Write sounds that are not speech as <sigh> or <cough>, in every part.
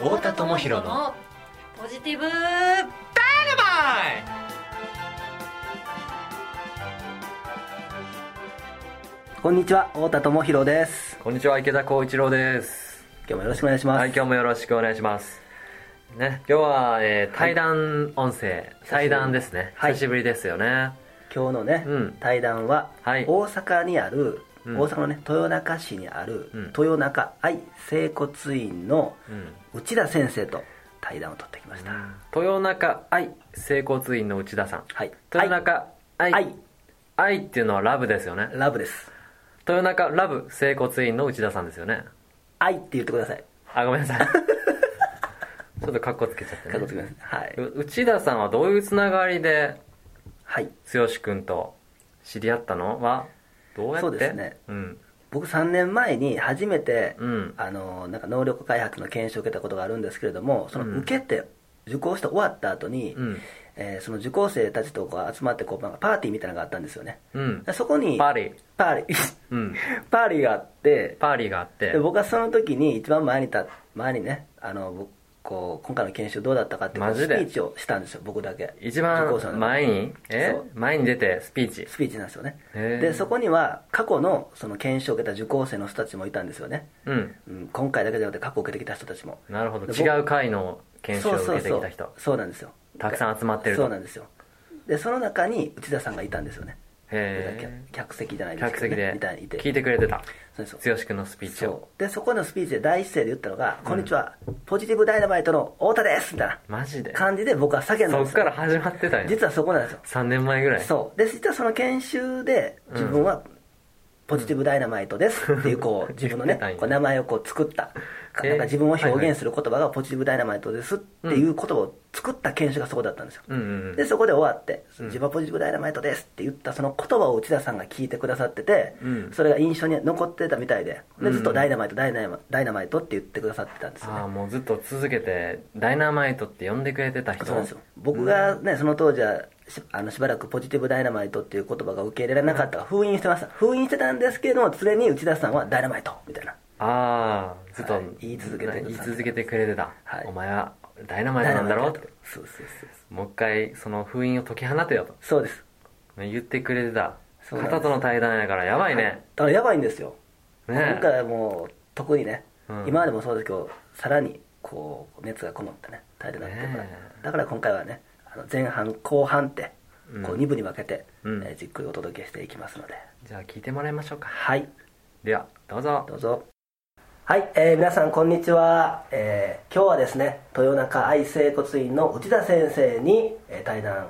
太田智博のポジティブこんにちは太田智博ですこんにちは池田光一郎です今日もよろしくお願いします、はい今日もよろしくお願いしますね今日は、えー対談音声、対談ですねはい久しぶりですよね、今日のね、うん対談は、はい大阪にある、うん大阪のね豊中市にある、うん豊中愛整骨院のうん内田先生と対談を取ってきました、豊中愛整骨院の内田さんはい豊中愛愛愛っていうのはラブですよねラブです豊中ラブ整骨院の内田さんですよね愛って言ってくださいあごめんな <laughs> さいちょっとカッコつけちゃってね覚悟してくださいはいう内田さんはどういうつながりではい剛君と知り合ったのはどうやってそうですねうん僕3年前に初めて、うんあのなんか能力開発の研修を受けたことがあるんですけれどもそうんの受けて受講して終わった後に、うんえーその受講生たちとこう集まってこうなんかパーティーみたいなのがあったんですよねうんでそこにパーリーパーリー <laughs> うんパーリーがあってパーリーがあってで僕はその時に一番前に立っ前にねあの僕こう今回の研修どうだったかっていうマジでスピーチをしたんですよ僕だけ一受番講者の前にえそう前に出てスピーチスピーチなんですよねへーでそこには過去のその研修を受けた受講生の人たちもいたんですよね、うんうん、今回だけじゃなくて過去受けてきた人たちもなるほどで違う回の研修を受けてきた人そうそうそうそうなんですよたくさん集まってるとそうなんですよでその中に内田さんがいたんですよねへえ客席じゃないです客けど、ね、席でみたいにいて聞いてくれてたそうです剛君のスピーチをそうでそこのスピーチで第一声で言ったのが「こんにちはポジティブダイナマイトの太田です」みたいマジでな感じで僕は叫んだんそでっすかよら始まってたんや実はそこなんですよ3年前ぐらいそうで実はその研修で自分はポジティブダイナマイトですっていうこ <laughs> う自分の言ってたんねやこう名前をこう作ったえーなんか自分を表現する言葉がポジティブダイナマイトですっていう言葉を作った研修がそこだったんですようんうんうんでそこで終わって「自分はポジティブダイナマイトです」って言ったその言葉を内田さんが聞いてくださってて、うんそれが印象に残ってたみたいでうんうでんずっとダイナマイト「ダイナマイト」ダイナマイトって言ってくださってたんですよああねもうずっと続けて「ダイナマイト」って呼んでくれてた人そうなんですよ僕がねその当時はしあのしばらくポジティブダイナマイトっていう言葉が受け入れられなかったから封印してました封印してたんですけれども常に内田さんは「ダイナマイト」みたいなああずっと、はい言い続けてくださっ言てい続けてくれてた、はいお前はダイナ「マイダトイなナんマだろイトうってそうそうそうもう一回その封印を解き放てよとそうです言ってくれてたそうなんです方との対談やからやばいね、だからやばいんですよね今回はもう特にね、うん今までもそうですけどさらにこう熱がこもったね大変だったから、ねえだから今回はねあの前半後半ってうんこう2部に分けて、うんえーじっくりお届けしていきますので、じゃあ聞いてもらいましょうかはいではどうぞどうぞはい、えー皆さんこんにちは、えー今日はですね豊中愛整骨院の内田先生に、えー対談、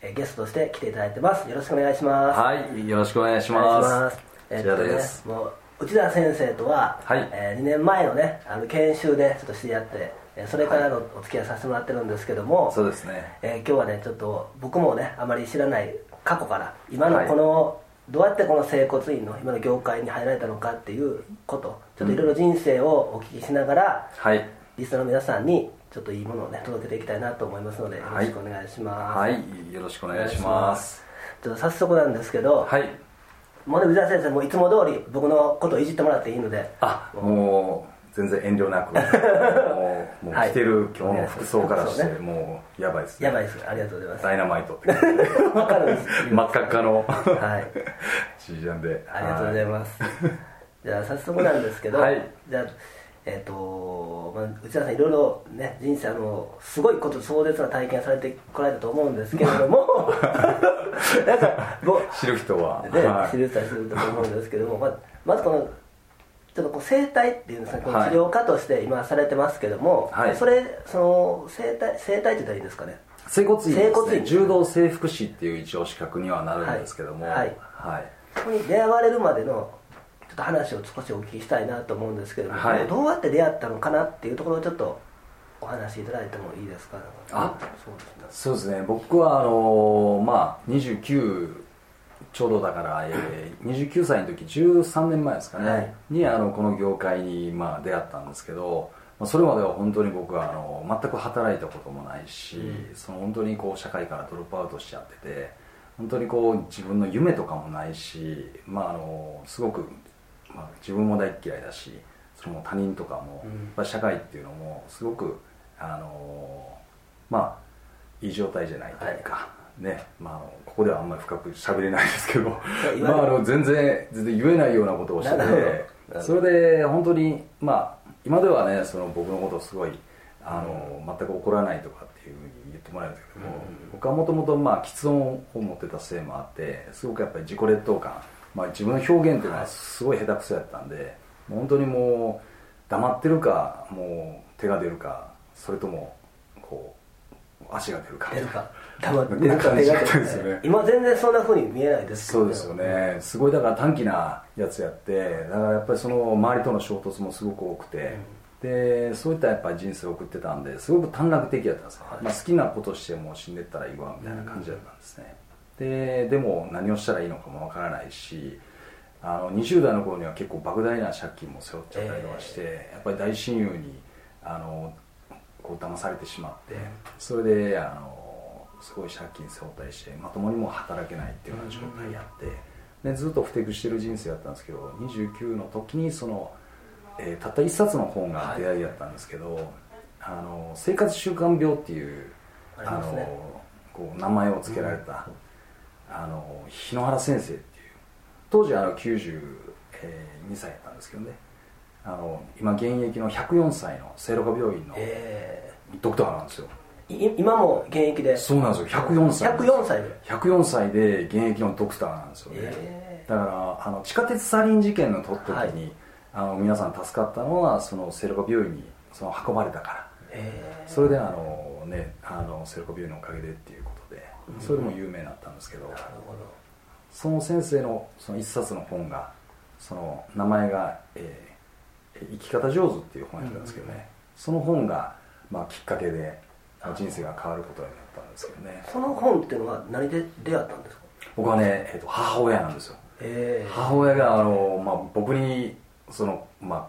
えーゲストとして来ていただいてますよろしくお願いしますはい、よろしくお願いしお願いしまますす。えっこちらとねです。もう内田先生とは、はいえー2年前のねあの研修でちょっと知り合ってえーそれからのお付き合いさせてもらってるんですけども、そうですね。えー今日はねちょっと僕もねあまり知らない過去から今のはいこの、どうやってこの整骨院の今の業界に入られたのかっていうことちょっといろいろ人生をお聞きしながら、はい、リスナーの皆さんにちょっといいものをね届けていきたいなと思いますのでよろはいしくお願いします、はい、よろしくお願いします。ちょっと早速なんですけど、はい、もうね宇田先生もいつも通り僕のことをいじってもらっていいのであ、もう全然遠慮 <laughs> なく、もうもうはい着てる今日の服装からしそうてねもうやばいですね。やばいですありがとうございますダイナマイトって <laughs> 感わか <laughs> るんですじ真っ赤っかのはい <laughs> シージャンで。ありがとうございまますじゃあ早速なんですけど、はいじゃあえっ、と、まあ、内田さんいろいろね人生あのすごいこと壮絶な体験されてこられたと思うんですけれど <laughs> もなんか僕す。知る人は、ね、はい手術したりすると思うんですけども、まあまずこのちょっとこう整体っていうんですか、このはい治療家として今されてますけども、はいそれその整体整体って言ったらいいんですかね整骨院ですね整骨院柔道整復師っていう一応資格にはなるんですけども、はいはいはいそこに出会われるまでのちょっと話を少しお聞きしたいなと思うんですけども、はいどうやって出会ったのかなっていうところをちょっとお話しいただいてもいいですかあそうですねそうですね僕はあのまあ29ちょうどだから、えー、29歳の時13年前ですかね、はいにあのこの業界に、まあ、出会ったんですけど、まあ、それまでは本当に僕はあの全く働いたこともないし、その本当にこう社会からドロップアウトしちゃってて本当にこう自分の夢とかもないし、まあ、あのすごく、まあ、自分も大っ嫌いだしその他人とかも、うんやっぱ社会っていうのもすごくあのまあいい状態じゃないというか、ねまああの、ここではあんまり深く喋れないですけどい、わゆまるあ、あの全然全然言えないようなことをしてなるほどなるほてどそれで本当にまあ今ではねその僕のことをすごいあの、全く怒らないとかっていうふうに言ってもらえるんですけども、僕はもともとまあ喫音を持ってたせいもあってすごくやっぱり自己劣等感、まあ、自分の表現っていうのはすごい下手くそやったんで、もう本当にもう黙ってるかもう手が出るかそれともこう足が出るか出るか黙ってなるんかか手が出るかそうですよね今全然そんなふうに見えないですけそどうですよねすごいだから短気なやつやってだからやっぱりその周りとの衝突もすごく多くて、でそういったやっぱり人生を送ってたんですごく短絡的やったんですよ、まあ、好きなことしてもう死んでったらいいわみたいな感じだったんですね、ででも何をしたらいいのかもわからないしあの20代の頃には結構莫大な借金も背負っちゃったりとかして、やっぱり大親友にあのこう騙されてしまってそれであのすごい借金背負ったりしてまともにもう働けないっていうような状態やってでずっとふてくしてる人生だったんですけど29の時にその、えーたった一冊の本が出会いだったんですけど、あの生活習慣病っていうありますねのこう名前を付けられた、あの日野原先生っていう当時あの92歳だったんですけどねあの今現役の104歳の聖路加病院のえドクターなんですよーい今も現役でそうなんですよ104歳104歳で104歳で現役のドクターなんですよね、えだからあの地下鉄サリン事件のと時に、はいあの皆さん助かったのはその聖路加病院にその運ばれたからえそれであのねあのセルコビューのおかげでっていうことでそれでも有名になったんですけど、ーなるほどその先生のその一冊の本がその名前が、えー生き方上手」っていう本やったんですけどね、その本が、まあ、きっかけでまあ人生が変わることになったんですけどねその本っていうのは何で出会ったんですか僕はね、えーと母親なんですよえー母親があの、まあ、僕にその、まあ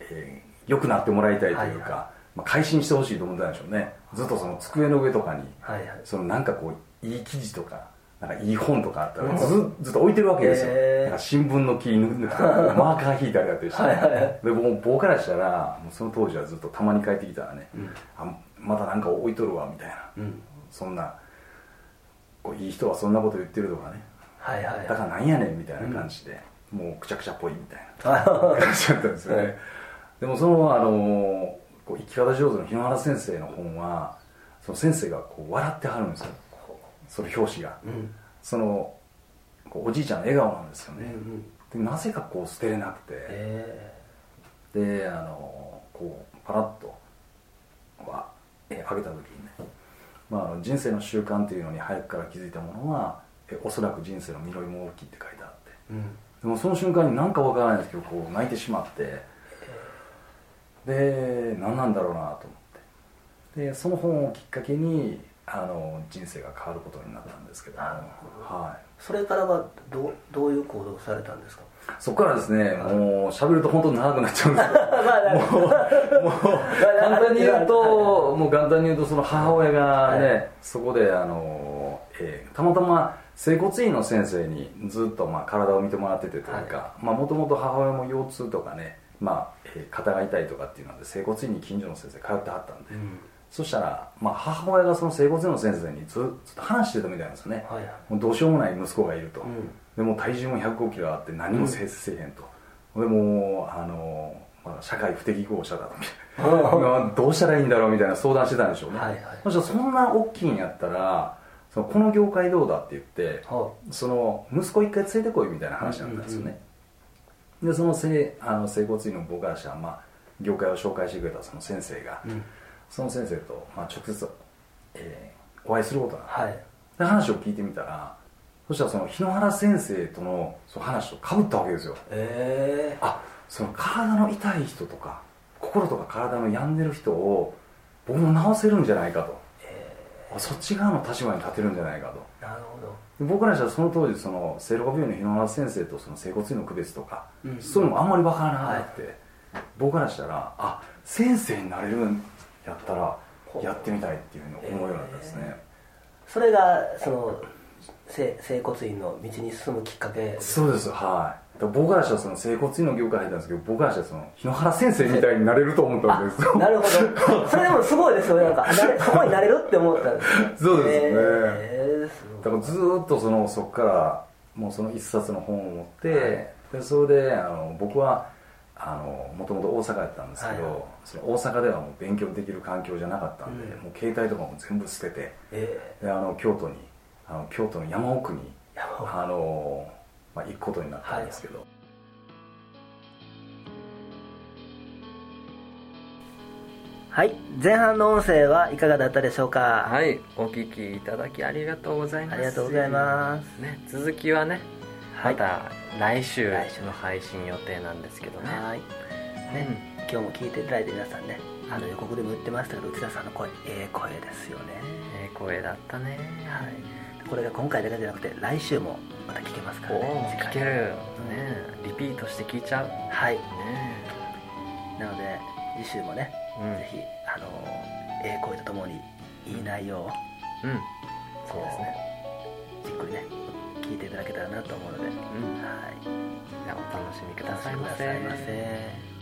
えー良くなってもらいたいというか、はいはまあ、改心してほしいと思ったんでしょうねずっとその机の上とかにはいはいそのなんかこういい記事とかなんかいい本とかあったらず,、ずっと置いてるわけですよ、へーなんか新聞の切り抜くとかマーカー引いてありだったりして、 <laughs> はいはいはいでもう僕からしたらもうその当時はずっとたまに帰ってきたらね、あまたなんか置いとるわみたいな、うんそんなこういい人はそんなこと言ってるとかねはいはいだからなんやねんみたいな感じで、もうくちゃくちゃっぽいみたいな <laughs> あ感じだったんですよねでもその、あのこう生き方上手の日野原先生の本はその先生がこう笑ってはるんですよその表紙が、 <laughs> うんそのこうおじいちゃんの笑顔なんですようんうね、んでなぜかこう捨てれなくて、えであのこうパラッとはえ上げた時にね、まあ、あの人生の習慣っていうのに早くから気づいたものはえおそらく人生の実りも大きいって書いてあってーうんでもその瞬間に何かわからないんですけどこう泣いてしまってで何なんだろうなと思ってでその本をきっかけにあの人生が変わることになったんですけどもはいそれからはどうどういう行動をされたんですか <laughs> そこからですね、もう喋ると本当に長くなっちゃうんです <laughs> まあなるほどけどもう簡単に言うともう簡単に言うとその母親がね、はそこであの、えーたまたま整骨院の先生にずっとまあ体を見てもらっててというかもともと母親も腰痛とかね、まあえー肩が痛いとかっていうので整骨院に近所の先生通ってはったんで、うんそしたら、まあ、母親がその整骨院の先生にずずっと話してたみたいなんですよね、はいはいもうどうしようもない息子がいると、んでもう体重も1 0 5キロあって何もせせえへんと、でもうあの、まあ、社会不適合者だとみたいなまあどうしたらいいんだろうみたいな相談してたんでしょうね、はいはいそしたらそんな大きいんやったらそのこの業界どうだって言って、はその息子一回連れてこいみたいな話だったんですよね、でそのせあの整骨院の僕からしたら、まあ、業界を紹介してくれたその先生が、その先生と、まあ、直接、えーお会いすることになって、はいで話を聞いてみたらそしたらその日野原先生とのその話とかぶったわけですよえあその体の痛い人とか心とか体の病んでる人を僕も治せるんじゃないかと、あそっち側の立場に立てるんじゃないかとーなるほどで僕らしたらその当時その聖路加病院の日野原先生とその整骨院の区別とか、うんそういうのもあんまり分からなくて、僕らしたらあ先生になれるんやったらほうやってみたいっていうふうに思うようになったんですね、それがその整整骨院の道に進むきっかけそうですはいだから僕からしたらその整骨院の業界入ったんですけど僕からしたらその日野原先生みたいになれると思ったんで <laughs> すよなるほどそれでもすごいですよねなんかあなれそこになれるって思ったんですねそうですねえーすごいだからずーっとそのそこからもうその一冊の本を持って、でそれであの僕はあのもともと大阪やったんですけど、はいその大阪ではもう勉強できる環境じゃなかったんで、うんもう携帯とかも全部捨ててえであの京都にあの京都の山奥にーやばあの、まあ、行くことになったんですけど、はい前半の音声はいかがだったでしょうかはいお聞きいただきありがとうございますありがとうございますす、ね、続きはねはまいた来週来週の配信予定なんですけどねはいね今日も聞いていただいて皆さんねあの予告でも言ってましたけど内田さんの声ええ声ですよねええ声だったねはいこれが今回だけじゃなくて来週もまた聞けますかおらおね次聞回けるねリピートして聞いちゃうねはいなので次週もねうんぜひあのええ声とともにいい内容をうんそうですねじっくりね聞いていただけたらなと思うのでうんはいじゃあお楽しみくおだ楽しさいみくまだせさいませ